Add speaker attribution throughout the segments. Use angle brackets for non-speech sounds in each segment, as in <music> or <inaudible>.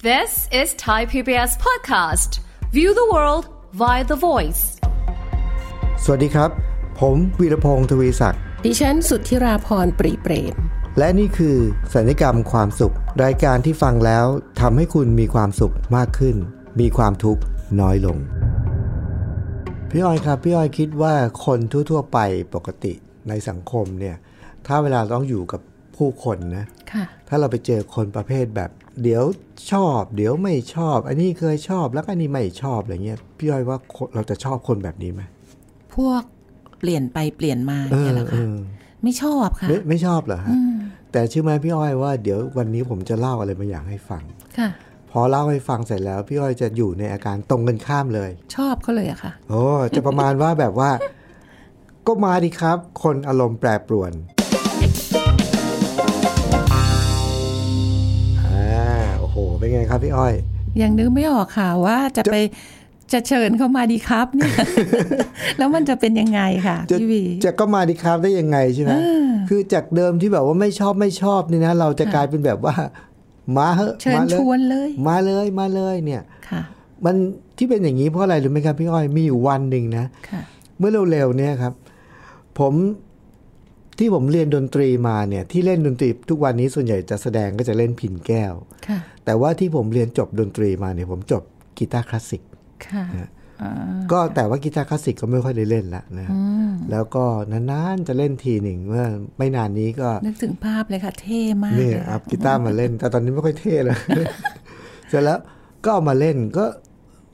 Speaker 1: This is Thai PBS podcast. View the world via the voice.
Speaker 2: สวัสดีครับ ผมวีรพงศ์ทวีศักดิ์
Speaker 3: ดิฉันสุทธิราพรปรีเปรม
Speaker 2: และนี่คือสัญญกรรมความสุข รายการที่ฟังแล้วทำให้คุณมีความสุขมากขึ้น มีความทุกข์น้อยลง พี่ออยครับ พี่ออยคิดว่าคนทั่ว ๆ ไปปกติในสังคมเนี่ย ถ้าเวลาต้องอยู่กับผู้คนนะ
Speaker 3: ค่ะ
Speaker 2: ถ้าเราไปเจอคนประเภทแบบ เดี๋ยวชอบ เดี๋ยวไม่ชอบ อันนี้เคยชอบแล้วก็อันนี้ไม่ชอบอะไรเงี้ยพี่ออยว่าคนเราจะชอบคนแบบนี้ไหม
Speaker 3: พวกเปลี่ยนไปเปลี่ยนมา
Speaker 2: เอ
Speaker 3: เนี่ย
Speaker 2: อ
Speaker 3: แหละ
Speaker 2: เอ
Speaker 3: ค่ะ
Speaker 2: อ
Speaker 3: ไม่ชอบค่ะ
Speaker 2: ไม่ไม่ชอบเหรอฮะ แต่เชื่อไหมพี่อ้อยว่าเดี๋ยววันนี้ผมจะเล่าอะไรบางอย่างให้ฟัง
Speaker 3: ค่ะ
Speaker 2: พอเล่าให้ฟังเสร็จแล้ว พี่อ้อยจะอยู่ในอาการตรงกันข้ามเลย
Speaker 3: ชอบเขาเลยอะค่ะ
Speaker 2: โอ้จะประมาณว่าแบบว่า <laughs> ก็มาดิครับ คนอารมณ์แปรปรวนอ่าโอ้โห เป็นไงครับพี่อ้อย
Speaker 3: ยังนึกไม่ออกค่ะว่าจะไปจะเชิญเขามาดีครับเนี่ย
Speaker 2: <laughs>
Speaker 3: แล้วมันจะเป็นยังไงค่ะ
Speaker 2: จะ
Speaker 3: พี่วี
Speaker 2: จะก็มาดีครับได้ยังไงใช่ไหมคือจากเดิมที่แบบว่าไม่ชอบไม่ชอบนี่นะ เราจะกลายเป็นแบบว่า มาเหอะ
Speaker 3: เชิญ
Speaker 2: มาเล
Speaker 3: ช
Speaker 2: ย
Speaker 3: วนเลย
Speaker 2: มาเลยมาเลยเนี่ย
Speaker 3: ค่ะ
Speaker 2: มันที่เป็นอย่างนี้เพราะอะไรรู้ไหมครับพี่อ้อยมีอยู่วันหนึ่งนะ
Speaker 3: ค่ะ
Speaker 2: เมื่อเร็วๆเนี่ยครับ ผมที่ผมเรียนดนตรีมาเนี่ย ที่เล่นดนตรีทุกวันนี้ส่วนใหญ่จะแสดงก็จะเล่นพินแก้ว
Speaker 3: ค่ะ
Speaker 2: แต่ว่าที่ผมเรียนจบดนตรีมาเนี่ยผมจบกีตาร์คลาสสิก
Speaker 3: ค่ะอ่า
Speaker 2: ก็แต่ว่ากีตาร์คลาสสิกก็ไม่ค่อยได้เล่นละนะ
Speaker 3: อืม
Speaker 2: แล้วก็นานๆจะเล่นทีหนึ่งเมื่อไม่นานนี้ก็
Speaker 3: นึกถึงภาพเลยค่ะ เท่มาก
Speaker 2: นี่
Speaker 3: เลย
Speaker 2: อั
Speaker 3: ค่ะ
Speaker 2: พกีตาร์มาเล่น แต่ตอนนี้ไม่ค่อยเท่เลย <laughs> เสร็จแล้วก็เอามาเล่นก็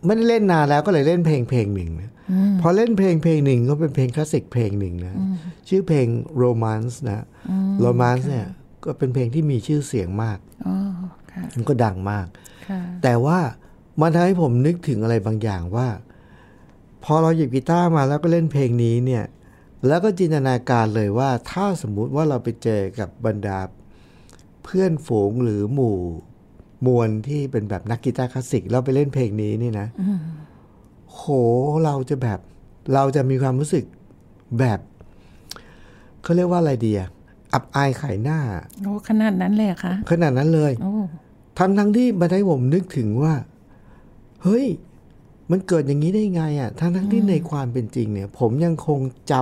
Speaker 2: ไม่ได้เล่นนานแล้วก็เลยเล่นเพลงเพลงหนึ่งนะพอเล่นเพลงเพลงหนึ่งก็เป็นเพลงคลาสสิกเพลงหนึ่งนะ ชื่อเพลง romance นะ romance เนี่ยก็เป็นเพลงที่มีชื่อเสียงมาก
Speaker 3: อ๋อค่ะ
Speaker 2: มันก็ดังมาก
Speaker 3: ค่ะ
Speaker 2: แต่ว่ามันทำให้ผมนึกถึงอะไรบางอย่างว่า พอเราหยิบกีตาร์มาแล้วก็เล่นเพลงนี้เนี่ย แล้วก็จินตนาการเลยว่า ถ้าสมมุติว่าเราไปเจอกับบรรดา เพื่อนฝูงหรือหมู่ มวลที่เป็นแบบนักกีตาร์คลาสสิกแล้วไปเล่นเพลงนี้นี่นะโหเราจะแบบ เราจะมีความรู้สึกแบบเขาเรียกว่าอะไรดีอะอับอายขายหน้า
Speaker 3: โอ้ขนาดนั้นเลยเหรอค่ะ
Speaker 2: ขนาดนั้นเลย
Speaker 3: โอ้
Speaker 2: ทั้งทั้งที่มาให้ผมนึกถึงว่า เฮ้ย มันเกิดอย่างนี้ได้ไงอะ่ะ ทั้งทั้งที่ในความเป็นจริงเนี่ย ผมยังคงจ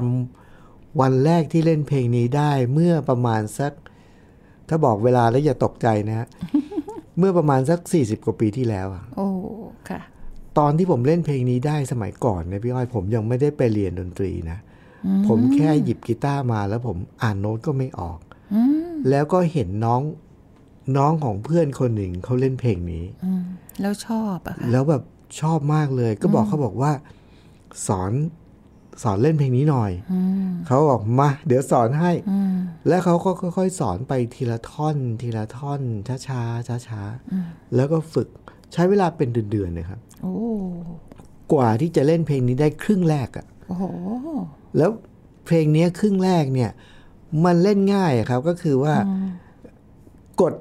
Speaker 2: ำวันแรกที่เล่นเพลงนี้ได้ เมื่อประมาณสัก ถ้าบอกเวลาแล้วอย่าตกใจนะ
Speaker 3: <laughs>
Speaker 2: ฮะ เมื่อประมาณสักสี่สิบกว่าปีที่แล้วอะ
Speaker 3: โอ้ ค่ะ
Speaker 2: ตอนที่ผมเล่นเพลงนี้ได้สมัยก่อนเนี่ยพี่อ้อยผมยังไม่ได้ไปเรียนดนตรีนะ ผมแค่หยิบกีตาร์มาแล้วผมอ่านโน้ตก็ไม่ออก
Speaker 3: อืม
Speaker 2: แล้วก็เห็นน้องน้องของเพื่อนคนหนึ่งเขาเล่นเพลงนี้
Speaker 3: อืมแล้วชอบอะค่ะ
Speaker 2: แล้วแบบชอบมากเลย ก็บอกเขาบอกว่า สอนสอนเล่นเพลงนี้หน่อย
Speaker 3: อืม
Speaker 2: เขาบอกมา เดี๋ยวสอนให้
Speaker 3: อืม
Speaker 2: แล้วเขาก็ค่อยๆ สอนไปทีละท่อน ทีละท่อนช้าๆช้าๆแล้วก็ฝึกใช้เวลาเป็นเดือนๆเลยครับ
Speaker 3: โอ้
Speaker 2: กว่าที่จะเล่นเพลงนี้ได้ครึ่งแรกอะ
Speaker 3: โอ้โห
Speaker 2: แล้วเพลงเนี้ยครึ่งแรกเนี่ย มันเล่นง่ายอะครับก็คือว่า กด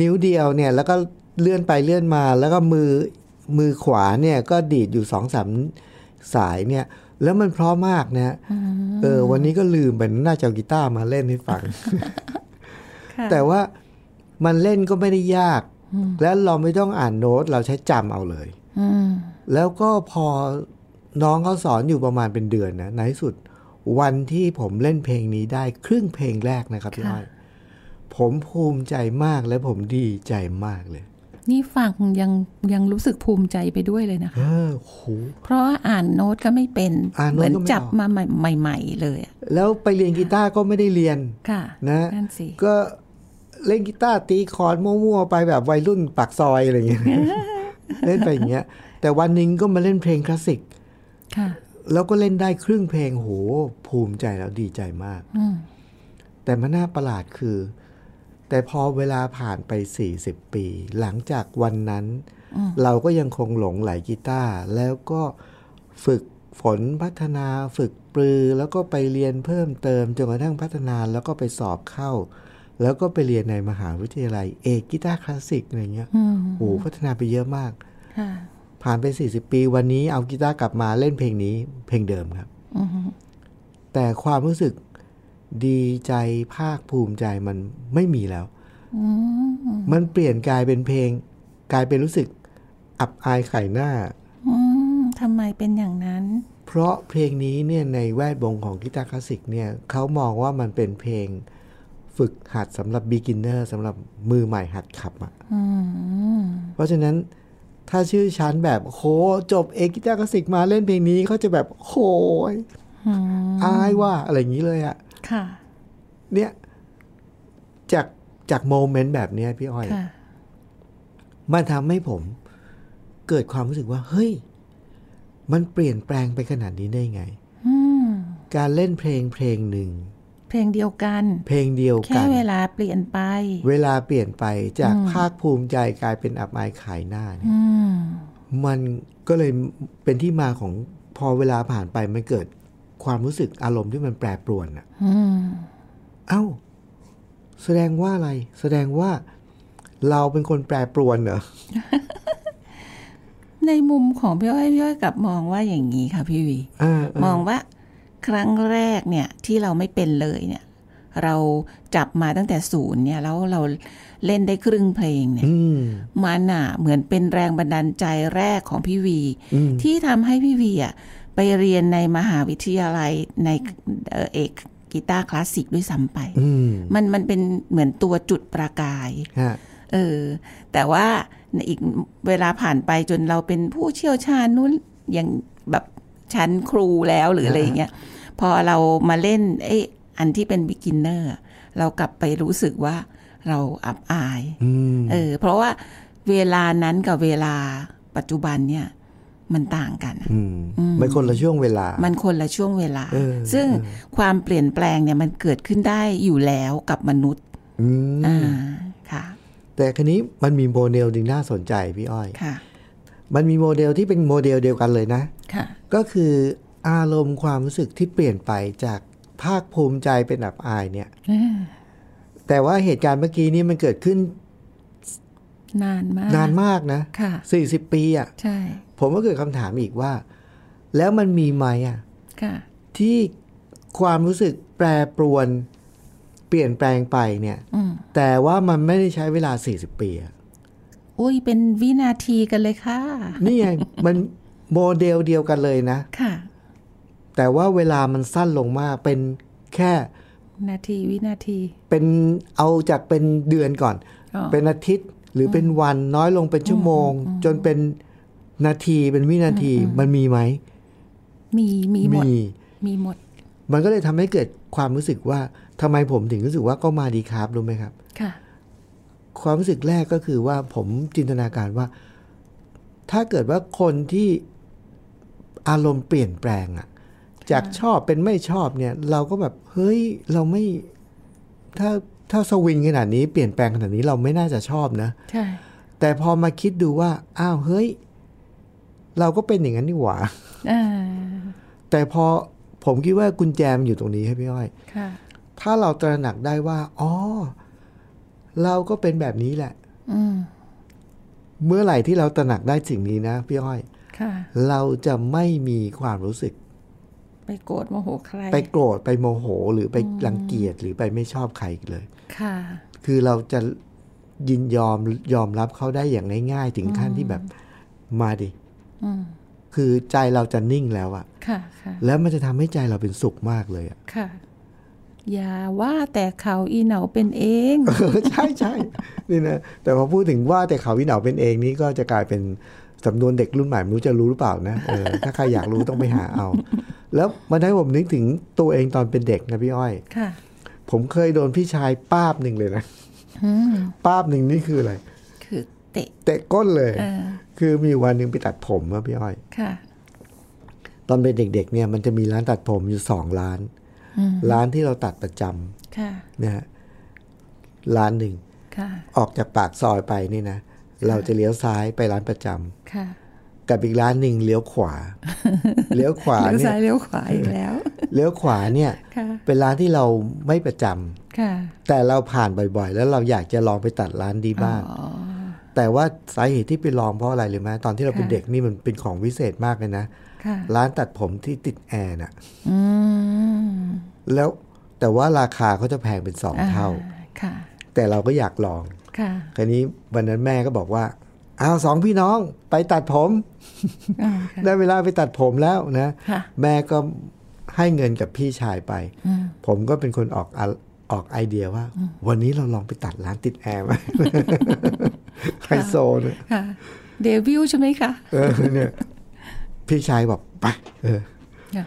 Speaker 2: นิ้วเดียวเนี่ย แล้วก็เลื่อนไปเลื่อนมา แล้วก็มือมือขวาเนี่ย ก็ดีดอยู่สองสามสายเนี่ย แล้วมันเพราะมากนะฮะเออ วันนี้ก็ลืมไปน่าจะเอากีตาร์มาเล่นให้ฟัง
Speaker 3: ค่ะ
Speaker 2: แต่ว่ามันเล่นก็ไม่ได้ยาก และเราไม่ต้องอ่านโน้ตเราใช้จำเอาเลย
Speaker 3: อืม
Speaker 2: แล้วก็พอน้องเขาสอนอยู่ประมาณเป็นเดือนนะในที่สุด วันที่ผมเล่นเพลงนี้ได้ครึ่งเพลงแรกนะครับพี่อ้
Speaker 3: ค่ะ
Speaker 2: อยผมภูมิใจมากและผมดีใจมากเลย
Speaker 3: นี่ฟังยังยังรู้สึกภูมิใจไปด้วยเลยนะคะ
Speaker 2: เออโห
Speaker 3: เพราะว่าอ่านโน้ตก็ไม่เป็น
Speaker 2: อ่านโน้
Speaker 3: เหมื
Speaker 2: ต
Speaker 3: น
Speaker 2: ก็ไม่ออก
Speaker 3: จับมาใหม่ใหม่ๆเลยอะ
Speaker 2: แล้วไปเรียนกีตาร์ก็ไม่ได้เรียน
Speaker 3: ค่ะ
Speaker 2: นะ
Speaker 3: นั่นสิ
Speaker 2: ก็เล่นกีตาร์ตีคอร์ดมั่วๆไปแบบวัยรุ่นปากซอยอะไรอย่างเงี้ย <laughs> เล่นไปอย่างเงี้ย แต่วันหนึงก็มาเล่นเพลงคลาสสิก
Speaker 3: ค่ะ
Speaker 2: แล้วก็เล่นได้ครึ่งเพลงโหภูมิใจแล้วดีใจมาก
Speaker 3: อืม
Speaker 2: แต่มันน่าประหลาดคือ แต่พอเวลาผ่านไป 40 ปี หลังจากวันนั้น เราก็ยังคงหลงไหลกีตาร์แล้วก็ฝึกฝนพัฒนาฝึกปรือ แล้วก็ไปเรียนเพิ่มเติมจนกระทั่งพัฒนาแล้วก็ไปสอบเข้า แล้วก็ไปเรียนในมหาวิทยาลัย เอกกีตาร์คลาสสิกอะไรเงี้ย
Speaker 3: อืม
Speaker 2: โอ้โหพัฒนาไปเยอะมาก
Speaker 3: ค่ะ
Speaker 2: ผ่านไป 40 ปี วันนี้เอากีตาร์กลับมาเล่นเพลงนี้เพลงเดิมครับ
Speaker 3: อืม
Speaker 2: แต่ความรู้สึกดีใจภาคภูมิใจมันไม่มีแล้ว
Speaker 3: อืม
Speaker 2: มันเปลี่ยนกลายเป็นเพลง กลายเป็นรู้สึกอับอายขายหน้า
Speaker 3: อืมทำไมเป็นอย่างนั้น
Speaker 2: เพราะเพลงนี้เนี่ยในแวดวงของกีตาร์คลาสสิกเนี่ยเขามองว่ามันเป็นเพลงฝึกหัดสำหรับ beginner สำหรับมือใหม่หัดขับอะ
Speaker 3: อืม
Speaker 2: เพราะฉะนั้นถ้าชื่อชั้นแบบโหจบเอกกีตาร์คลาสสิกมาเล่นเพลงนี้เขาจะแบบโหย
Speaker 3: อืม
Speaker 2: อายว่าอะไรอย่างนี้เลยอะ
Speaker 3: ค่ะ
Speaker 2: เนี่ยจากจากโมเมนต์แบบเนี้ยพี่อ้อย
Speaker 3: ค่ะ
Speaker 2: มันทำให้ผมเกิดความรู้สึกว่า เฮ้ย มันเปลี่ยนแปลงไปขนาดนี้ได้ไง
Speaker 3: อืม
Speaker 2: การเล่นเพลงเพลงหนึ่ง
Speaker 3: เพลงเดียวกัน
Speaker 2: เพลงเดียว
Speaker 3: แค่
Speaker 2: กัน
Speaker 3: เวลาเปลี่ยนไป
Speaker 2: เวลาเปลี่ยนไปจากภาคภูมิใจกลายเป็นอับอายขายหน้าเนี่ย
Speaker 3: อืม
Speaker 2: มันก็เลยเป็นที่มาของพอเวลาผ่านไปมันเกิดความรู้สึกอารมณ์ที่มันแปรปรวนอะ
Speaker 3: อืม
Speaker 2: เอ้า แสดงว่าอะไร แสดงว่าเราเป็นคนแปรปรวนเหรอ
Speaker 3: ในมุมของพี่อ้อยพี่อ้อยกลับมองว่าอย่างนี้ค่ะพี่วี
Speaker 2: อ่าๆ
Speaker 3: มองว่าครั้งแรกเนี่ยที่เราไม่เป็นเลยเนี่ย เราจับมาตั้งแต่ศูนย์เนี่ยแล้วเราเล่นได้ครึ่งเพลงเนี่ย
Speaker 2: อืม
Speaker 3: มันอ่ะเหมือนเป็นแรงบันดาลใจแรกของพี่วี
Speaker 2: อืม
Speaker 3: ที่ทำให้พี่วีอ่ะไปเรียนในมหาวิทยาลัยในเอ่อเอกกีตาร์คลาสสิกด้วยซ้ำไป
Speaker 2: อืม
Speaker 3: มันมันเป็นเหมือนตัวจุดประกาย
Speaker 2: ฮะ
Speaker 3: เออ แต่ว่าในอีกเวลาผ่านไปจนเราเป็นผู้เชี่ยวชาญนู้นอย่างแบบชั้นครูแล้วหรืออะไรอย่างเงี้ยพอเรามาเล่นไอ้อันที่เป็น b e g i n n e r เรากลับไปรู้สึกว่าเราอับอาย
Speaker 2: อืม
Speaker 3: เออเพราะว่าเวลานั้นกับเวลาปัจจุบันเนี่ย มันต่างกันอะ
Speaker 2: อืมมันคนละช่วงเวลา
Speaker 3: มันคนละช่วงเวลา
Speaker 2: เออ
Speaker 3: ซึ่งความเปลี่ยนแปลงเนี่ยมันเกิดขึ้นได้อยู่แล้วกับมนุษย์
Speaker 2: อืม
Speaker 3: อ่าค่ะ
Speaker 2: แต่คันนี้มันมีโมเดลดึงน่าสนใจพี่อ้อย
Speaker 3: ค่ะ
Speaker 2: มันมีโมเดลที่เป็นโมเดลเดียวกันเลยนะ
Speaker 3: ค่ะ
Speaker 2: ก็คืออารมณ์ความรู้สึกที่เปลี่ยนไปจากภาคภูมิใจเป็นอับอายเนี่ย แต่ว่าเหตุการณ์เมื่อกี้นี้มันเกิดขึ้น
Speaker 3: นานมาก
Speaker 2: นานมากนะ
Speaker 3: ค่ะ
Speaker 2: 40 ปีอะ่ะ
Speaker 3: ใช่
Speaker 2: ผมก็เกิดคำถามอีกว่า แล้วมันมีไหมอะ่ะ
Speaker 3: ค่ะ
Speaker 2: ที่ความรู้สึกแปรปรวนเปลี่ยนแปลงไปเนี่ย
Speaker 3: อืม
Speaker 2: แต่ว่ามันไม่ได้ใช้เวลา 40 ปีอะ
Speaker 3: อุ้ยเป็นวินาทีกันเลยค่ะ
Speaker 2: นี่ไง <laughs> มันโมเดลเดียวกันเลยนะ
Speaker 3: ค่ะ
Speaker 2: แต่ว่าเวลามันสั้นลงมากเป็นแค่
Speaker 3: นาทีวินาที
Speaker 2: เป็นเอาจากเป็นเดือนก่อน
Speaker 3: อ๋อ
Speaker 2: เป็นอาทิตย์ หรือเป็นวันน้อยลงเป็นชั่วโมง จนเป็นนาทีเป็นวินาทีมันมีไหม
Speaker 3: มีมีหมด
Speaker 2: มี
Speaker 3: มีหมด
Speaker 2: มันก็เลยทำให้เกิดความรู้สึกว่าทำไมผมถึงรู้สึกว่าก็มาดีครับรู้ไหมครับ
Speaker 3: ค่ะ
Speaker 2: ความรู้สึกแรกก็คือว่าผมจินตนาการว่า ถ้าเกิดว่าคนที่อารมณ์เปลี่ยนแปลงอะจากชอบเป็นไม่ชอบเนี่ย เราก็แบบเฮ้ยเราไม่ ถ้าถ้าสวิงขนาดนี้เปลี่ยนแปลงขนาดนี้เราไม่น่าจะชอบนะ
Speaker 3: ใช่
Speaker 2: แต่พอมาคิดดูว่า อ้าวเฮ้ย เราก็เป็นอย่างนั้นนี่หว่า
Speaker 3: อ่า
Speaker 2: แต่พอผมคิดว่ากุญแจมันอยู่ตรงนี้ครับพี่อ้อย
Speaker 3: ค่ะ
Speaker 2: ถ้าเราตระหนักได้ว่าอ๋อเราก็เป็นแบบนี้แหละ
Speaker 3: อืม
Speaker 2: เมื่อไหร่ที่เราตระหนักได้สิ่งนี้นะพี่อ้อย
Speaker 3: ค่ะ
Speaker 2: เราจะไม่มีความรู้สึก
Speaker 3: ไปโกรธโมโหใคร
Speaker 2: ไปโกรธไปโมโหหรือไปรังเกียจหรือไปไม่ชอบใครอีกเลย
Speaker 3: ค่ะ
Speaker 2: คือเราจะยินยอมยอมรับเขาได้อย่างง่าย ๆ ถึงขั้นที่แบบมาดิ
Speaker 3: อืม
Speaker 2: คือใจเราจะนิ่งแล้วอะ
Speaker 3: ค่ะค่ะ
Speaker 2: แล้วมันจะทำให้ใจเราเป็นสุขมากเลยอะ
Speaker 3: ค่ะ อย่าว่าแต่เขาอีเหนาเป็นเอง
Speaker 2: เออ <laughs> ใช่ใช่นี่นะแต่พอพูดถึงว่าแต่เขาวิเหนาเป็นเองนี่ก็จะกลายเป็นสำนวนเด็กรุ่นใหม่ไม่รู้จะรู้หรือเปล่านะเออถ้าใครอยากรู้ต้องไปหาเอา แล้วมันให้ผมนึกถึงตัวเองตอนเป็นเด็กนะพี่อ้อย
Speaker 3: ค่ะ
Speaker 2: ผมเคยโดนพี่ชายป้าบหนึ่งเลยนะ
Speaker 3: อืม
Speaker 2: ป้าบหนึ่งนี่คืออะไร
Speaker 3: คือเตะ
Speaker 2: เตะก้นเลย
Speaker 3: เออ
Speaker 2: คือมีวันหนึ่งไปตัดผมอะพี่อ้อย
Speaker 3: ค่ะ
Speaker 2: ตอนเป็นเด็กๆเนี่ยมันจะมีร้านตัดผมอยู่สองร้าน
Speaker 3: อืม
Speaker 2: ร้านที่เราตัดประจ
Speaker 3: ค่ะ
Speaker 2: ำนะฮะร้านหนึ่ง
Speaker 3: ค่ะ
Speaker 2: ออกจากปากซอยไปนี่นะ เราจะเลี้ยวซ้ายไปร้านประจำ
Speaker 3: ค่ะ
Speaker 2: กับอีกร้านหนึ่งเลี้ยวขวา เลี้ยวขวา
Speaker 3: เลี้ยว
Speaker 2: เนี่
Speaker 3: ซ้าย <laughs> ยเลี้ยวขวาอีกแล้ว
Speaker 2: เลี้ยวขวาเนี่ย
Speaker 3: ค่ะ
Speaker 2: เป็นร้านที่เราไม่ประจำ
Speaker 3: ค่ะ
Speaker 2: แต่เราผ่านบ่อยๆ แล้วเราอยากจะลองไปตัดร้านดีบ้าง
Speaker 3: อ๋อ
Speaker 2: แต่ว่าสาเหตุที่ไปลองเพราะอะไรเลยไหมตอนที่เราเป็น
Speaker 3: ค่ะ
Speaker 2: เด็กนี่มันเป็นของวิเศษมากเลยนะ
Speaker 3: ค่ะ
Speaker 2: ร้านตัดผมที่ติดแอร์น่ะ
Speaker 3: อืม
Speaker 2: แล้วแต่ว่าราคาเขาจะแพงเป็นสองเท่า
Speaker 3: อ่ค่ะ
Speaker 2: แต่เราก็อยากลอง
Speaker 3: ค่ะ
Speaker 2: คราวนี้วันนั้นแม่ก็บอกว่า เอาสองพี่น้องไปตัดผม
Speaker 3: <laughs>
Speaker 2: ได้เวลาไปตัดผมแล้วนะ
Speaker 3: ค่ะ
Speaker 2: แม่ก็ให้เงินกับพี่ชายไป ผมก็เป็นคนออกอะออกไอเดียว่า วันนี้เราลองไปตัดร้านติดแอร์ไหม <laughs> ไฮโซเนี่ย
Speaker 3: ค่ะเดวิลใช่ไหมคะ
Speaker 2: เออเนี่ยพี่ชายบอกไปเออ
Speaker 3: ค่ะ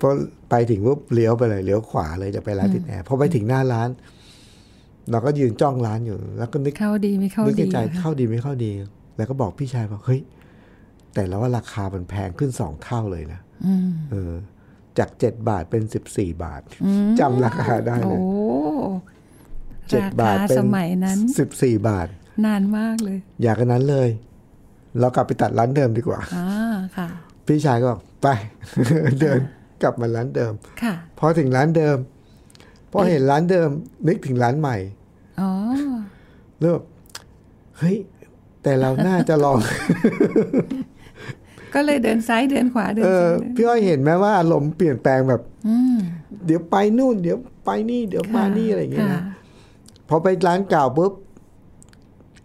Speaker 2: พอไปถึงปุ๊บเลี้ยวไปเลยเลี้ยวขวาเลยจะไปร้านติดแอร์พอไปถึงหน้าร้าน เราก็ยืนจ้องร้านอยู่ แล้วก็นึก
Speaker 3: เข้าดีไม่เข้า
Speaker 2: นึกใน
Speaker 3: ดี
Speaker 2: ใจ
Speaker 3: นะคะ
Speaker 2: เข้าดีไม่เข้าดี แล้วก็บอกพี่ชายบอกเฮ้ยแต่แล้วว่าราคามันแพงขึ้นสองเท่าเลยนะ
Speaker 3: อืม
Speaker 2: เออ จากเจ็ดบาทเป็นสิบสี่บาทจำราคาได้เล
Speaker 3: โอ้
Speaker 2: ยเจ็ด
Speaker 3: รา
Speaker 2: บาท
Speaker 3: คา
Speaker 2: เป็น
Speaker 3: สมัยนั้น
Speaker 2: สิบสี่บาท
Speaker 3: นานมากเลย
Speaker 2: อยากกันนั้นเลย เรากลับไปตัดร้านเดิมดีกว่า
Speaker 3: อ่าค่ะ
Speaker 2: พี่ชายก็บอกไป <laughs> เดินกลับมาร้านเดิม
Speaker 3: ค่ะ
Speaker 2: พอถึงร้านเดิม พอเห็นร้านเดิม นึกถึงร้านใหม่
Speaker 3: อ๋อ
Speaker 2: เริ่มเฮ้ย แต่เราน่าจะลอง
Speaker 3: ก็เลยเดินซ้ายเดินขวาเดิน
Speaker 2: เออ
Speaker 3: ซ้ายเดิน
Speaker 2: พี่อ้อยเห็นไหมว่าอารมณ์เปลี่ยนแปลงแบบ
Speaker 3: อืม
Speaker 2: เดี๋ยวไปนู่น เดี๋ยวไปนี่เดี๋ยวมานี่อะไรอย่างเงี้ย
Speaker 3: ค่ะ
Speaker 2: นะพอไปร้านเก่าปุ๊บ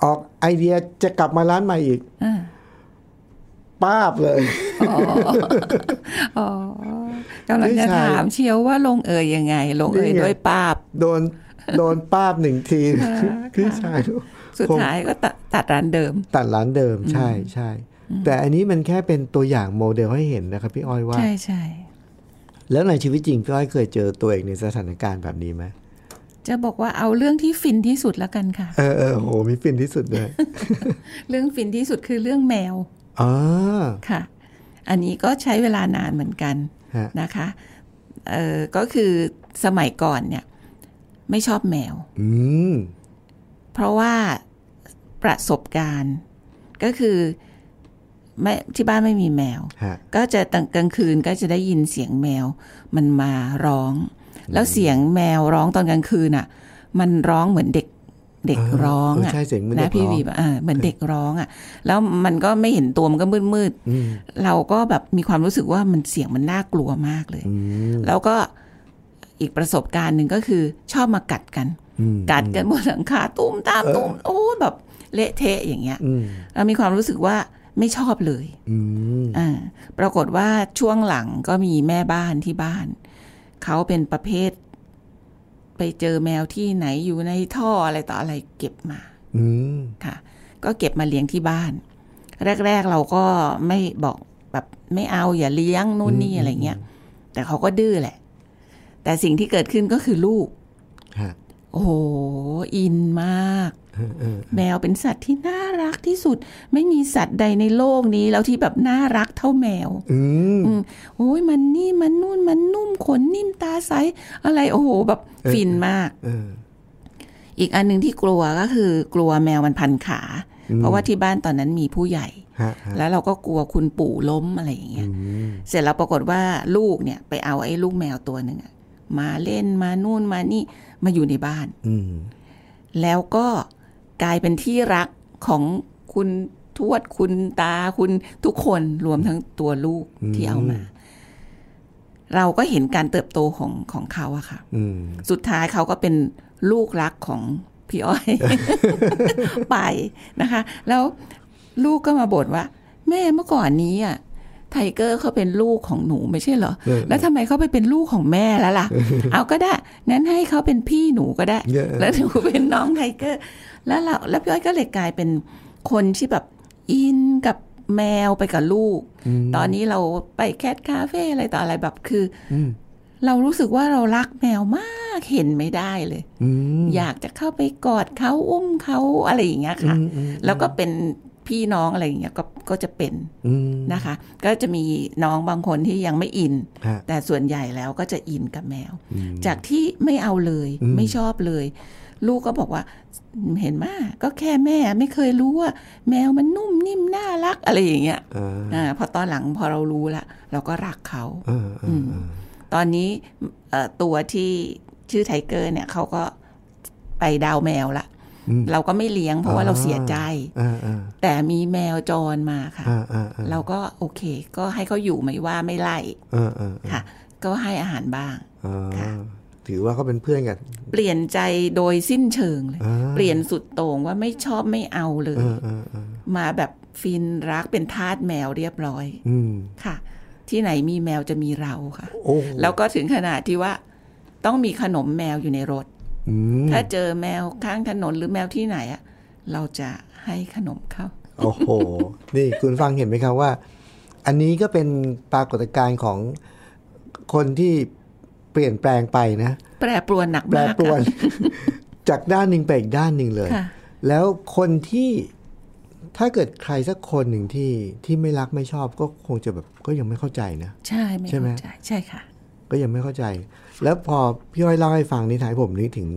Speaker 2: ออกไอเดียจะกลับมาร้านใหม่อีก
Speaker 3: อ่า
Speaker 2: ป้าบเลย <laughs>
Speaker 3: อ๋อกำลัง
Speaker 2: พี่
Speaker 3: จะ
Speaker 2: ชาย
Speaker 3: ถามเชียวว่าลงเอยยังไง ลงเอย
Speaker 2: นี่ไง
Speaker 3: ด้วยปาบ
Speaker 2: โดนโดนป้าบหนึ่งทีพี่ชาย
Speaker 3: สุดท้ายก็ตัดตัดร้านเดิม
Speaker 2: ตัดร้านเดิมใช่ใช่แต่อันนี้มันแค่เป็นตัวอย่างโมเดลให้เห็นนะครับพี่อ้อยว่า
Speaker 3: ใช่ใช่
Speaker 2: แล้วในชีวิตจริงพี่อ้อยเคยเจอตัวเองในสถานการณ์แบบนี้ไหม
Speaker 3: จะบอกว่าเอาเรื่องที่ฟินที่สุดแล้วกันค่ะ
Speaker 2: เออเออโหมีฟินที่สุด
Speaker 3: <laughs>
Speaker 2: เลย
Speaker 3: เรื่องฟินที่สุดคือเรื่องแมว
Speaker 2: อ๋อ
Speaker 3: ค่ะ อันนี้ก็ใช้เวลานานเหมือนกัน
Speaker 2: ฮะ
Speaker 3: นะคะเออก็คือสมัยก่อนเนี่ยไม่ชอบแมว
Speaker 2: อืม
Speaker 3: เพราะว่าประสบการณ์ ก็คือไม่ที่บ้านไม่มีแมว
Speaker 2: ฮะ
Speaker 3: ก็จะตอนกลางคืนก็จะได้ยินเสียงแมวมันมาร้อง แล้วเสียงแมวร้องตอนกลางคืนอ่ะ มันร้องเหมือนเด็กเด็กร้อง
Speaker 2: เออ
Speaker 3: อ่ะ
Speaker 2: ใช่เสียงมัน
Speaker 3: นะ
Speaker 2: เด็ก
Speaker 3: พี่
Speaker 2: ร้อง
Speaker 3: วีบอ่าเหมือนเด็กร้องอ่ะ แล้วมันก็ไม่เห็นตัวมันก็มืดมืดๆ
Speaker 2: อืม
Speaker 3: เราก็แบบมีความรู้สึกว่ามันเสียงมันน่ากลัวมากเลย
Speaker 2: อืม
Speaker 3: แล้วก็อีกประสบการณ์หนึ่งก็คือชอบมากัดกัน
Speaker 2: อืม
Speaker 3: กัดกันบนหลังคาตุ้มตามตุ้มโอ้ยแบบเละเทะอย่างเงี้ย
Speaker 2: อืม
Speaker 3: เรามีความรู้สึกว่าไม่ชอบเลย
Speaker 2: อืม
Speaker 3: อ่าปรากฏว่าช่วงหลังก็มีแม่บ้านที่บ้าน เขาเป็นประเภท ไปเจอแมวที่ไหนอยู่ในท่ออะไรต่ออะไรเก็บมา
Speaker 2: อืม
Speaker 3: ค่ะก็เก็บมาเลี้ยงที่บ้าน แรก ๆเราก็ไม่บอกแบบไม่เอาอย่าเลี้ยงนู่นนี่อะไรเงี้ยแต่เขาก็ดื้อแหละ แต่สิ่งที่เกิดขึ้นก็คือลูก
Speaker 2: ฮะ
Speaker 3: โอ้โหอินมาก
Speaker 2: เออเออ
Speaker 3: แมวเป็นสัตว์ที่น่ารักที่สุด ไม่มีสัตว์ใดในโลกนี้แล้วที่แบบน่ารักเท่าแมว
Speaker 2: อืม
Speaker 3: อืมโอ้ยมันนี่มมันนู่นมันนุ่มขนนิ่มตาใสอะไรโอ้โหแบบ
Speaker 2: เออ
Speaker 3: ฟินมาก
Speaker 2: เออ
Speaker 3: อีกอันหนึ่งที่กลัวก็คือกลัวแมวมันพันขา
Speaker 2: อืม
Speaker 3: เพราะว่าที่บ้านตอนนั้นมีผู้ใหญ่
Speaker 2: ฮะฮะ
Speaker 3: แล้วเราก็กลัวคุณปู่ล้มอะไรอย่างเงี้ย
Speaker 2: อืม
Speaker 3: เสร็จแล้วปรากฏว่าลูกเนี่ยไปเอาไอ้ลูกแมวตัวหนึ่งอะมาเล่นมานู่นมานี่มาอยู่ในบ้าน
Speaker 2: อืม
Speaker 3: แล้วก็กลายเป็นที่รักของคุณทวดคุณตาคุณทุกคนรวมทั้งตัวลูกที่เอามา เราก็เห็นการเติบโตของของเขาอะค่ะ
Speaker 2: อืม
Speaker 3: สุดท้ายเขาก็เป็นลูกรักของพี่อ้อย <laughs> ไปนะคะ แล้วลูกก็มาบ่นว่า แม่เมื่อก่อนนี้อ่ะไทเกอร์เขาเป็นลูกของหนูไม่ใช่เหรอ
Speaker 2: เออ
Speaker 3: แล้วทำไมเขาไปเป็นลูกของแม่แล้วล่ะ เอาก็ได้งั้นให้เขาเป็นพี่หนูก็ได้
Speaker 2: เยอะ
Speaker 3: แล้วหนูเป็นน้องไทเกอร์ แล้วเราแล้วพี่อ้อยก็เลยกลายเป็นคนที่แบบอินกับแมวไปกับลูก ตอนนี้เราไปแคทคาเฟ่อะไรต่ออะไรแบบคืออ
Speaker 2: ม
Speaker 3: เรารู้สึกว่าเรารักแมวมากเห็นไม่ได้เลย
Speaker 2: อืม
Speaker 3: อยากจะเข้าไปกอดเขาอุ้มเขาอะไรอย่างเงี้ยค่ะ
Speaker 2: อืมอืม
Speaker 3: แล้วก็เป็นพี่น้องอะไรอย่างเงี้ยก็ก็จะเป็น
Speaker 2: อืม
Speaker 3: นะคะ ก็จะมีน้องบางคนที่ยังไม่อิน
Speaker 2: ฮะ
Speaker 3: แต่ส่วนใหญ่แล้วก็จะอินกับแมว
Speaker 2: อืม
Speaker 3: จากที่ไม่เอาเลย
Speaker 2: อืม
Speaker 3: ไม่ชอบเลย ลูกก็บอกว่าเห็นมาก็แค่แม่ไม่เคยรู้ว่า แมวมันนุ่มนิ่มน่ารักอะไรอย่างเงี้ย
Speaker 2: อ่า
Speaker 3: อ่าพอตอนหลังพอเรารู้ละเราก็รักเขา
Speaker 2: เออเออเออ
Speaker 3: ตอนนี้เอ่อตัวที่ชื่อไทเกอร์เนี่ยเขาก็ไปดาวแมวละเราก็ไม่เลี้ยงเพราะว่าเราเสียใจ
Speaker 2: อ่าอ่า
Speaker 3: แต่มีแมวจรมาค่ะ
Speaker 2: อ่าอ่าอ่า
Speaker 3: เราก็โอเค ก็ให้เขาอยู่ไม่ว่าไม่ไล่
Speaker 2: เออเออ
Speaker 3: ค่ะ ก็ให้อาหารบ้าง
Speaker 2: อ๋อ
Speaker 3: ค่ะ
Speaker 2: ถือว่าเขาเป็นเพื่อนกัน
Speaker 3: เปลี่ยนใจโดยสิ้นเชิงเลย
Speaker 2: อ่า
Speaker 3: เปลี่ยนสุดโต่งว่าไม่ชอบไม่เอาเลย
Speaker 2: เออเออเออ
Speaker 3: มาแบบฟินรักเป็นทาสแมวเรียบร้อย
Speaker 2: อืม
Speaker 3: ค่ะ ที่ไหนมีแมวจะมีเราค่ะ
Speaker 2: โอ้โห
Speaker 3: แล้วก็ถึงขนาดที่ว่า ต้องมีขนมแมวอยู่ในรถ
Speaker 2: อืม
Speaker 3: ถ้าเจอแมวข้างถนนหรือแมวที่ไหนอะเราจะให้ขนมเขา
Speaker 2: โอ้โห นี่คุณฟังเห็นไหมครับว่า อันนี้ก็เป็นปรากฏการณ์ของคนที่เปลี่ยนแปลงไปนะ
Speaker 3: แปรปรวนหนัก
Speaker 2: แปร
Speaker 3: มาก
Speaker 2: ปรวน
Speaker 3: ค่ะ
Speaker 2: จากด้านหนึ่งไปอีกด้านหนึ่งเลย
Speaker 3: ค่ะ
Speaker 2: แล้วคนที่ถ้าเกิดใครสักคนหนึ่งที่ที่ไม่รักไม่ชอบก็คงจะแบบก็ยังไม่เข้าใจนะ
Speaker 3: ใช่ไม่
Speaker 2: ใช่ไหม
Speaker 3: เข้าใจใช่ค่ะ
Speaker 2: ก็ยังไม่เข้าใจ แล้วพอพี่อ้อยเล่าให้ฟังนี่ทายผมนึกถึง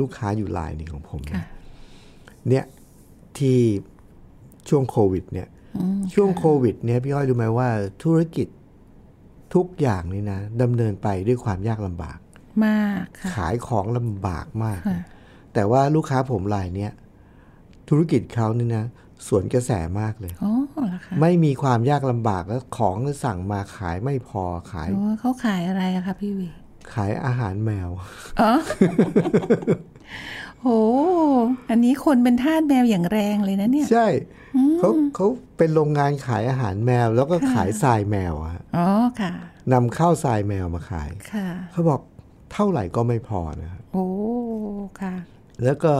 Speaker 2: ลูกค้าอยู่รายหนึ่งของผมนะ
Speaker 3: ค่ะ
Speaker 2: เนี่ยที่ช่วงโควิด เนี่ย ช่วงโควิด เนี่ยพี่อ้อยรู้ไหมว่า ธุรกิจทุกอย่างนี่นะดำเนินไปด้วยความยากลำบาก
Speaker 3: มากค่ะ
Speaker 2: ขายของลำบากมาก
Speaker 3: ค่ะ
Speaker 2: แต่ว่าลูกค้าผมรายเนี้ยธุรกิจเขานี่นะสวนกระแสมากเลย
Speaker 3: อ๋อเหรอคะ
Speaker 2: ไม่มีความยากลำบากแล้วของสั่งมาขายไม่พอขาย
Speaker 3: โอ้เขาขายอะไรอะคะพี่วี
Speaker 2: ขายอาหารแมว
Speaker 3: อ๋อ <laughs> โห อันนี้คนเป็นทาสแมวอย่างแรงเลยนะเนี่ย
Speaker 2: ใช่เขาเขาเป็นโรงงานขายอาหารแมว แล้วก็ขายทรายแมวอะฮะ
Speaker 3: อ๋อค่ะ
Speaker 2: นำเข้าทรายแมวมาขาย
Speaker 3: ค่ะ
Speaker 2: เขาบอกเท่าไหร่ก็ไม่พอนะฮะ
Speaker 3: โอ้ค่ะ
Speaker 2: แล้วก็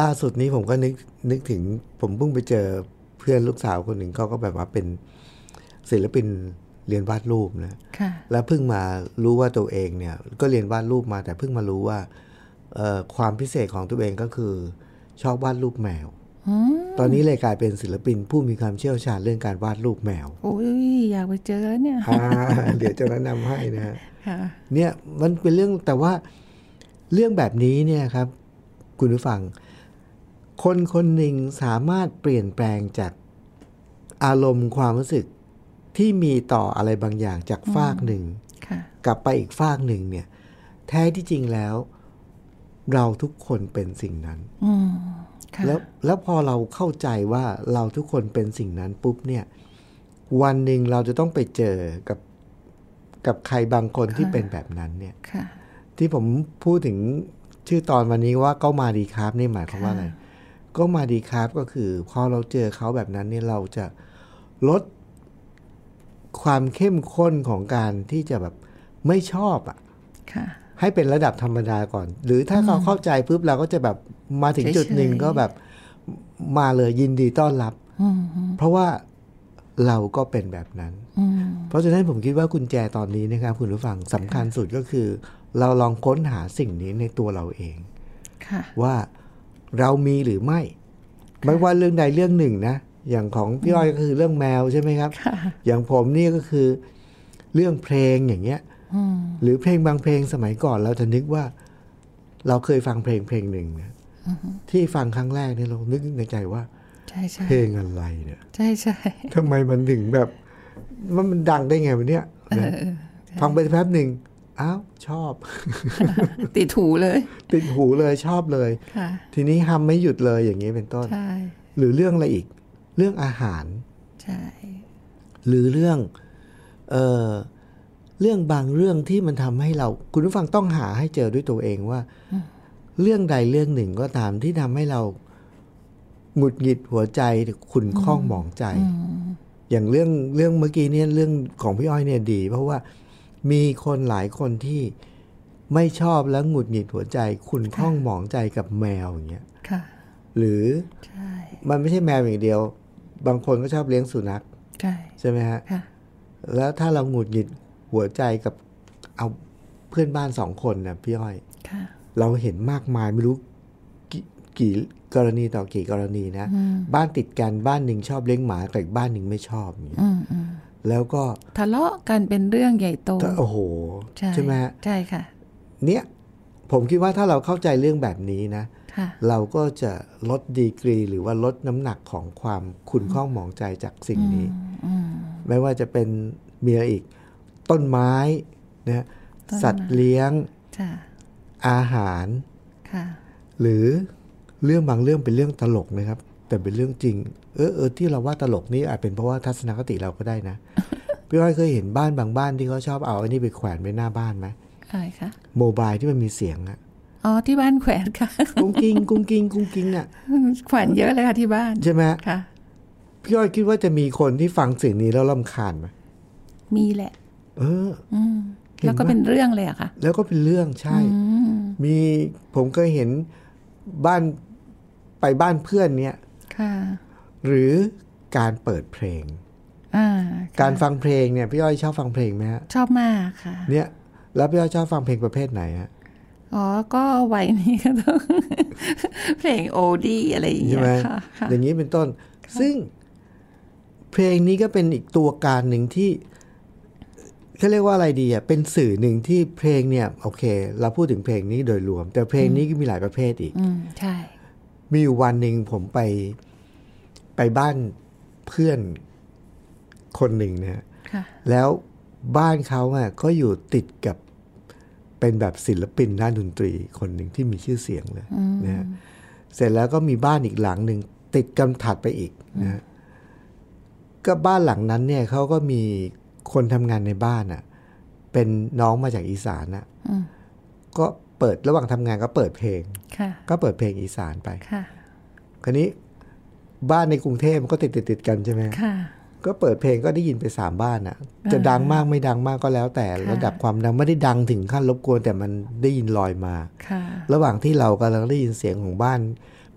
Speaker 2: ล่าสุดนี้ผมก็นึกนึกถึงผมเพิ่งไปเจอเพื่อนลูกสาวคนหนึ่งเขาก็แบบว่าเป็นศิลปินเรียนวาดรูปนะ
Speaker 3: ค่ะ
Speaker 2: แล้วเพิ่งมารู้ว่าตัวเองเนี่ย ก็เรียนวาดรูปมาแต่เพิ่งมารู้ว่าเอ่อความพิเศษของตัวเองก็คือ ชอบวาดรูปแมว
Speaker 3: อืม
Speaker 2: ตอนนี้เลยกลายเป็นศิลปินผู้มีความเชี่ยวชาญเรื่องการวาดรูปแมว <laughs>
Speaker 3: โอ้ยอยากไปเจอแล้วเนี่ย
Speaker 2: อ่า เดี๋ยวจะแนะนำให้นะฮะ
Speaker 3: ค่ะ
Speaker 2: เนี่ยมันเป็นเรื่องแต่ว่าเรื่องแบบนี้เนี่ยครับ คุณผู้ฟัง คนคนหนึ่งสามารถเปลี่ยนแปลงจากอารมณ์ความรู้สึกที่มีต่ออะไรบางอย่างจากฝากหนึ่ง
Speaker 3: ค่ะ
Speaker 2: กลับไปอีกฝากหนึ่งเนี่ย แท้ที่จริงแล้ว เราทุกคนเป็นสิ่งนั้น
Speaker 3: อืมค่ะ
Speaker 2: แล้วแล้วพอเราเข้าใจว่าเราทุกคนเป็นสิ่งนั้นปุ๊บเนี่ย วันหนึ่งเราจะต้องไปเจอกับกับใครบางคนที่เป็นแบบนั้นเนี่ย
Speaker 3: ค่ะ
Speaker 2: ที่ผมพูดถึงชื่อตอนวันนี้ว่าก็มาดีครับนี่หมายความว่าอะไร ก็มาดีครับก็คือพอเราเจอเขาแบบนั้นเนี่ยเราจะลดความเข้มข้นของการที่จะแบบไม่ชอบอ่ะ
Speaker 3: ค่ะ
Speaker 2: ให้เป็นระดับธรรมดาก่อน หรือถ้าเขาเข้าใจปุ๊บเราก็จะแบบมาถึงจุดหนึ่ง
Speaker 3: เฉยๆ
Speaker 2: ก็แบบมาเลยยินดีต้อนรับ
Speaker 3: อืม
Speaker 2: เพราะว่าเราก็เป็นแบบนั้น
Speaker 3: อืม
Speaker 2: เพราะฉะนั้นผมคิดว่ากุญแจตอนนี้นะครับคุณผู้ฟังสำคัญสุดก็คือ เราลองค้นหาสิ่งนี้ในตัวเราเอง
Speaker 3: ค่ะ
Speaker 2: ว่าเรามีหรือไม่ ไม่ว่าเรื่องใดเรื่องหนึ่งนะ อย่างของพี่อ้อยก็คือเรื่องแมวใช่ไหมครับ
Speaker 3: ค่ะ
Speaker 2: อย่างผมนี่ก็คือเรื่องเพลงอย่างเงี้ย
Speaker 3: อืม
Speaker 2: หรือเพลงบางเพลงสมัยก่อนเราจะนึกว่า เราเคยฟังเพลงเพลงหนึ่งนะที่ฟังครั้งแรกเนี่ยเรานึกในใจว่า
Speaker 3: ใช่ใช่
Speaker 2: เพลงอะไรเนี่ย
Speaker 3: ใช่ใช่
Speaker 2: ทำไมมันถึงแบบมันมันดังได้ไงวะเนี่ยนะฟังไปแป๊บหนึ่งอ้าวชอบ
Speaker 3: ติดถูเลย
Speaker 2: ติดหูเลยชอบเลย
Speaker 3: ค่ะ
Speaker 2: ทีนี้ทำไม่หยุดเลยอย่างนี้เป็นต้น
Speaker 3: ใช่
Speaker 2: หรือเรื่องอะไรอีก เรื่องอาหาร
Speaker 3: ใช่
Speaker 2: หรือเรื่องเออเรื่องบางเรื่องที่มันทำให้เรา คุณผู้ฟังต้องหาให้เจอด้วยตัวเองว่า เรื่องใดเรื่องหนึ่งก็ตามที่ทำให้เราหงุดหงิดหัวใจหรือขุนข้องหมองใจ อย่างเรื่องเรื่องเมื่อกี้เนี่ยเรื่องของพี่อ้อยเนี่ยดี เพราะว่ามีคนหลายคนที่ไม่ชอบและหงุดหงิดหัวใจขุนข้องหมองใจกับแมวอย่างเงี้ย
Speaker 3: ค่ะ
Speaker 2: หรือ
Speaker 3: ใช่
Speaker 2: มันไม่ใช่แมวอย่างเดียว บางคนก็ชอบเลี้ยงสุนัข
Speaker 3: ใช่
Speaker 2: ใช่ไหมฮะ
Speaker 3: ค่ะ
Speaker 2: แล้วถ้าเราหงุดหงิดหัวใจกับเอาเพื่อนบ้านสองคนนะพี่อ้อย
Speaker 3: ค่ะ
Speaker 2: เราเห็นมากมายไม่รู้กี่กี่กรณีต่อกี่กรณีนะ บ้านติดกันบ้านหนึ่งชอบเลี้ยงหมาแต่อีกบ้านหนึ่งไม่ชอบอย่างเงี้ย
Speaker 3: อืมอืม
Speaker 2: แล้วก็
Speaker 3: ทะเลาะกันเป็นเรื่องใหญ่โต
Speaker 2: ถ้าโอ้โห
Speaker 3: ใช่
Speaker 2: ไหมฮะ
Speaker 3: ใช่ค่ะ
Speaker 2: เนี่ยผมคิดว่าถ้าเราเข้าใจเรื่องแบบนี้นะ
Speaker 3: ค่ะ
Speaker 2: เราก็จะลดดีกรีหรือว่าลดน้ำหนักของความขุ่นข้องหมองใจจากสิ่งนี้ ไม่ว่าจะเป็นมีอะไรอีก ต้นไม้นะ
Speaker 3: ต้นไม้
Speaker 2: สัตว์เลี้ยง
Speaker 3: จ้ะ
Speaker 2: อาหาร
Speaker 3: ค่ะ
Speaker 2: หรือเรื่องบางเรื่องเป็นเรื่องตลกนะครับ แต่เป็นเรื่องจริง เออเออที่เราว่าตลกนี่อาจเป็นเพราะว่าทัศนคติเราก็ได้นะ พี่อ้อยเคยเห็นบ้านบางบ้านที่เขาชอบเอาอันนี้ไปแขวนไว้หน้าบ้านไหม
Speaker 3: อะไรคะ
Speaker 2: โมบายที่มันมีเสียงอะ
Speaker 3: อ๋อที่บ้านแขวนค่ะ <laughs>
Speaker 2: กุ้งกิ้งกุ้งกิ้งกุ้งกิ้งน่ะ
Speaker 3: แขวนเยอะเลยค่ะที่บ้าน
Speaker 2: ใช่ไหม
Speaker 3: ค่ะ
Speaker 2: พี่อ้อยคิดว่าจะมีคนที่ฟังเสียงนี้แล้วรำคาญไหม
Speaker 3: มีแหละ
Speaker 2: เออ
Speaker 3: อืม
Speaker 2: เห็น
Speaker 3: แล้วก็
Speaker 2: ปะ
Speaker 3: เป็นเรื่องเลยอะค่ะ
Speaker 2: แล้วก็เป็นเรื่องใช่
Speaker 3: อืม
Speaker 2: มีผมเคยเห็นบ้านไปบ้านเพื่อนเนี่ย
Speaker 3: ค่ะ
Speaker 2: หรือการเปิดเพลง
Speaker 3: อ่า
Speaker 2: การฟังเพลงเนี่ยพี่อ้อยชอบฟังเพลงไหมฮะ
Speaker 3: ชอบมากค่ะ
Speaker 2: เนี่ย แล้วพี่อ้อยชอบฟังเพลงประเภทไหนฮะ
Speaker 3: อ๋อ ก็วัยนี้ก็ต้อง <laughs> เพลงโอดี้อะไรอย่าง
Speaker 2: ใช่
Speaker 3: เงี้ย
Speaker 2: ไหม
Speaker 3: ค่ะค่ะ
Speaker 2: อย่างนี้เป็นต้น ซึ่งเพลงนี้ก็เป็นอีกตัวการหนึ่งที่เขาเรียกว่าอะไรดีอ่ะเป็นสื่อหนึ่งที่เพลงเนี่ย โอเค เราพูดถึงเพลงนี้โดยรวม แต่เพลงนี้ก็มีหลายประเภทอีก
Speaker 3: อืมใช่
Speaker 2: มีอยู่วันหนึ่งผมไปไปบ้านเพื่อนคนหนึ่งนะฮะ
Speaker 3: ค่ะ
Speaker 2: แล้วบ้านเขาอ่ะก็อยู่ติดกับเป็นแบบศิลปินด้านดนตรีคนหนึ่งที่มีชื่อเสียงเลยนะฮะเสร็จแล้วก็มีบ้านอีกหลังหนึ่งติดกำถัดไปอีกนะฮะก็บ้านหลังนั้นเนี่ยเขาก็มีคนทำงานในบ้านอ่ะ เป็นน้องมาจากอีสานอ่ะ
Speaker 3: อืม
Speaker 2: ก็เปิดระหว่างทำงานก็เปิดเพลง
Speaker 3: ค่ะ
Speaker 2: ก็เปิดเพลงอีสานไป
Speaker 3: ค่ะ
Speaker 2: คราวนี้บ้านในกรุงเทพมันก็ติดติดติดๆกันใช่ไหมฮะ
Speaker 3: ค่ะ
Speaker 2: ก็เปิดเพลงก็ได้ยินไปสามบ้านน่ะ จะดังมากไม่ดังมากก็แล้วแต่
Speaker 3: ค่ะ
Speaker 2: ระดับความดังไม่ได้ดังถึงขั้นรบกวนแต่มันได้ยินลอยมา
Speaker 3: ค่ะ
Speaker 2: ระหว่างที่เรากำลังได้ยินเสียงของบ้าน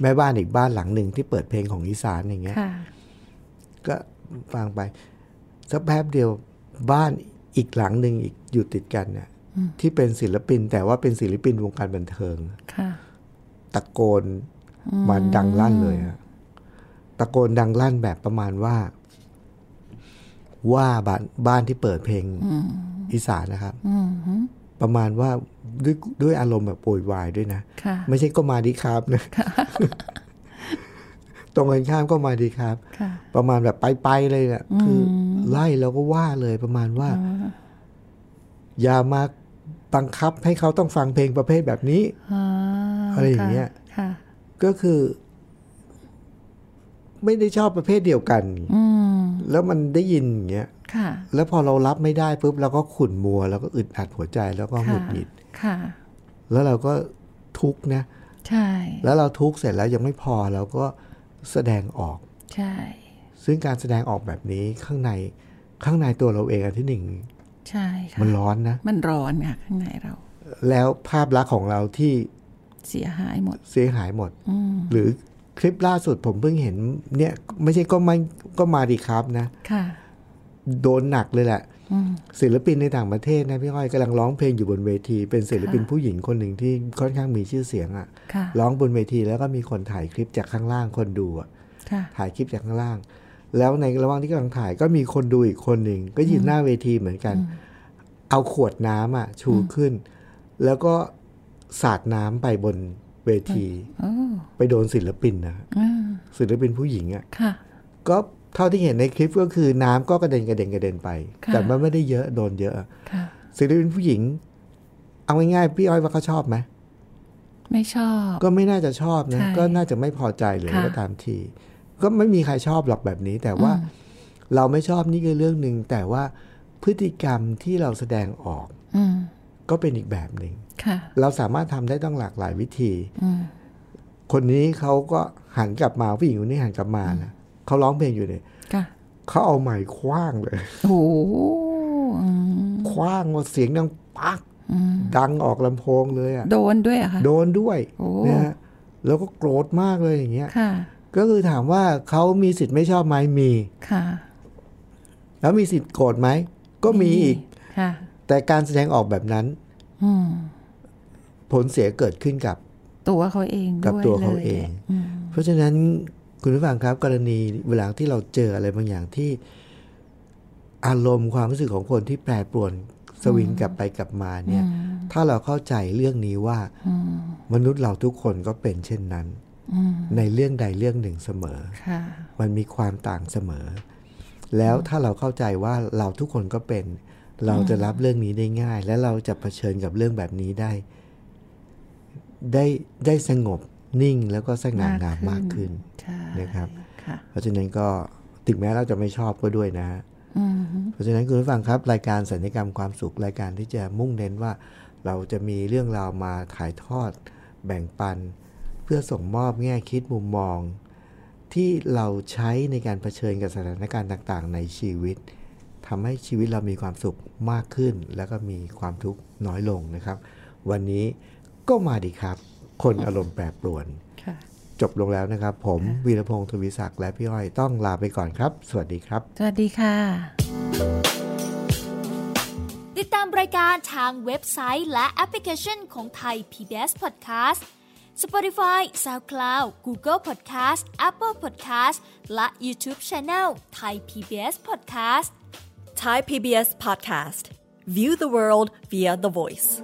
Speaker 2: แม่บ้านอีกบ้านหลังหนึ่งที่เปิดเพลงของอีสานอย่างเงี้ย
Speaker 3: ค่ะ
Speaker 2: ก็ฟังไปสักแป๊บเดียวบ้านอีกหลังหนึ่งอีกอยู่ติดกันเนี่ยที่เป็นศิลปินแต่ว่าเป็นศิลปินวงการบันเทิง
Speaker 3: ค่ะ
Speaker 2: ตะโกนมาดังลั่นเลยฮะตะโกนดังลั่นแบบประมาณว่า ว่าบ้านบ้านที่เปิดเพลงอีสานนะครับประมาณว่าด้วยด้วยอารมณ์แบบโวยวายด้วยนะ
Speaker 3: ค่ะ
Speaker 2: ไม่ใช่ก็มาดีครับ <laughs> นะตรงกันข้ามก็มาดีครับ
Speaker 3: ค่ะ
Speaker 2: ประมาณแบบไปๆเลยนะคืออไล่แล้วก็ว่าเลยประมาณว่า อย่ามาบังคับให้เขาต้องฟังเพลงประเภทแบบนี้
Speaker 3: อ๋อ
Speaker 2: อะไรอย่างเงี้ย
Speaker 3: ค่ะ
Speaker 2: ก็คือ ไม่ได้ชอบประเภทเดียวกัน
Speaker 3: อืม
Speaker 2: แล้วมันได้ยินอย่างเงี้ย
Speaker 3: ค่ะ
Speaker 2: แล้วพอเรารับไม่ได้ปุ๊บเราก็ขุ่นมัว แล้วก็อึดอัดหัวใจแล้วก็ห
Speaker 3: ค่ะ
Speaker 2: งุดหงิด
Speaker 3: ค่ะ
Speaker 2: แล้วเราก็ทุกข์นะ
Speaker 3: ใช่
Speaker 2: แล้วเราทุกข์เสร็จแล้วยังไม่พอเราก็แสดงออก
Speaker 3: ใช่
Speaker 2: ซึ่งการแสดงออกแบบนี้ข้างในข้างในตัวเราเองอันที่หนึ่ง
Speaker 3: ใช่ค่ะ
Speaker 2: มันร้อนนะ
Speaker 3: มันร้อนค่ะข้างในเรา
Speaker 2: แล้วภาพลักษณ์ของเราที่
Speaker 3: เสียหายหมด
Speaker 2: เสียหายหมด
Speaker 3: อืม
Speaker 2: หรือคลิปล่าสุดผมเพิ่งเห็น เนี่ย ไม่ใช่ก็ไม่ก็มาดีครับนะ
Speaker 3: ค่ะ
Speaker 2: โดนหนักเลยแหละ
Speaker 3: อืม
Speaker 2: ศิลปินในต่างประเทศนะพี่อ้อยกำลังร้องเพลงอยู่บนเวที เป็นศิลปินผู้หญิงคนหนึ่งที่ค่อนข้างมีชื่อเสียงอะ
Speaker 3: ค่ะ
Speaker 2: ร้องบนเวทีแล้วก็มีคนถ่ายคลิปจากข้างล่างคนดูอะ
Speaker 3: ค่ะ
Speaker 2: ถ่ายคลิปจากข้างล่าง แล้วในระหว่างที่กำลังถ่ายก็มีคนดูอีกคนหนึ่งก็ยืนหน้าเวทีเหมือนกัน เอาขวดน้ำอะชูขึ้น แล้วก็สาดน้ำไปบนเวที
Speaker 3: โอ้
Speaker 2: ไปโดนศิลปินนะ
Speaker 3: อืม
Speaker 2: ศิลปินผู้หญิงอะ
Speaker 3: ค่ะ
Speaker 2: ก็เท่าที่เห็นในคลิปก็คือน้ำก็กระเด็นกระเด็นกระเด็นไป
Speaker 3: ค่ะ
Speaker 2: แต่มันไม่ได้เยอะโดนเยอะ
Speaker 3: ค่ะ
Speaker 2: ศิลปินผู้หญิง เอาง่ายๆพี่อ้อยว่าเขาชอบไหม
Speaker 3: ไม่ชอบ
Speaker 2: ก็ไม่น่าจะชอบนะ
Speaker 3: ใช่
Speaker 2: ก็น่าจะไม่พอใจหรือ
Speaker 3: ค่ะ
Speaker 2: ก็ตามที ก็ไม่มีใครชอบหรอกแบบนี้ แต่ว่าเราไม่ชอบนี่คือเรื่องหนึ่งแต่ว่าพฤติกรรมที่เราแสดงออก
Speaker 3: อืม
Speaker 2: ก็เป็นอีกแบบหนึ่ง
Speaker 3: ค่ะ
Speaker 2: เราสามารถทำได้ต้องหลากหลายวิธี
Speaker 3: อืม
Speaker 2: คนนี้เขาก็หันกลับมาผู้หญิงคนนี้หันกลับมานะเขาร้องเพลงอยู่เนี่ย
Speaker 3: ค่ะ
Speaker 2: เขาเอาไม้คว้างเลย
Speaker 3: โอ้โหอืม
Speaker 2: คว้างมาเสียงดังปักดังออกลำโพงเลยอะ่ะ
Speaker 3: โดนด้วยเหรอะค่ะ
Speaker 2: โดนด้วย
Speaker 3: โอ้
Speaker 2: นะฮะแล้วก็โกรธมากเลยอย่างเงี้ย
Speaker 3: ค่ะ
Speaker 2: ก็คือถามว่าเขามีสิทธิ์ไม่ชอบไหมมี
Speaker 3: ค่ะ
Speaker 2: แล้วมีสิทธิ์โกรธไหมก็มีอีก
Speaker 3: ค่ะ
Speaker 2: แต่การแสดงออกแบบนั้น
Speaker 3: อืม
Speaker 2: ผลเสียเกิดขึ้นกับ
Speaker 3: ตัวเขาเอง
Speaker 2: กับ
Speaker 3: ด้วย
Speaker 2: ตัวเขา
Speaker 3: ลย
Speaker 2: เอง
Speaker 3: อืม
Speaker 2: เพราะฉะนั้นคุณผู้ฟังครับกรณีเวลาที่เราเจออะไรบางอย่างที่ อารมณ์ความรู้สึกของคนที่แปรปรวนสวิงกลับไปกลับมาเนี่ย ถ้าเราเข้าใจเรื่องนี้ว่า มนุษย์เราทุกคนก็เป็นเช่นนั้น ในเรื่องใดเรื่องหนึ่งเสมอ
Speaker 3: ค่ะ
Speaker 2: มันมีความต่างเสมอ แล้วถ้าเราเข้าใจว่าเราทุกคนก็เป็น เราจะรับเรื่องนี้ได้ง่าย และเราจะเผชิญกับเรื่องแบบนี้ได้ ได้ได้สงบนิ่งแล้วก็สง่างามมาม
Speaker 3: าก กขึ้
Speaker 2: ขึ้น
Speaker 3: น ใช่
Speaker 2: นะครับ
Speaker 3: ค่ะ
Speaker 2: เพราะฉะนั้นก็ถึงแม้เราจะไม่ชอบก็ด้วยนะ
Speaker 3: อืม
Speaker 2: เพราะฉะนั้นคุณผู้ฟังครับ รายการสัญญกรรมความสุขรายการที่จะมุ่งเน้นว่า เราจะมีเรื่องราวมาถ่ายทอด แบ่งปัน เพื่อส่งมอบแง่คิดมุมมอง ที่เราใช้ในการเผชิญกับสถานการณ์ต่างๆ ในชีวิตทำให้ชีวิตเรามีความสุขมากขึ้น แล้วก็มีความทุกข์น้อยลงนะครับ วันนี้ก็มาดีครับ คนอารมณ์แปรปรวน
Speaker 3: ค่ะ
Speaker 2: จบลงแล้วนะครับ ผมวีรพงศ์ทวิศักดิ์และพี่อ้อยต้องลาไปก่อนครับ สวัสดีครับ
Speaker 3: สวัสดีค่ะ
Speaker 4: ติดตามรายการทางเว็บไซต์และแอปพลิเคชันของไทย PBS Podcast Spotify SoundCloud Google Podcast Apple Podcast และ YouTube Channel Thai PBS Podcast
Speaker 5: Thai PBS podcast. View the world via the voice.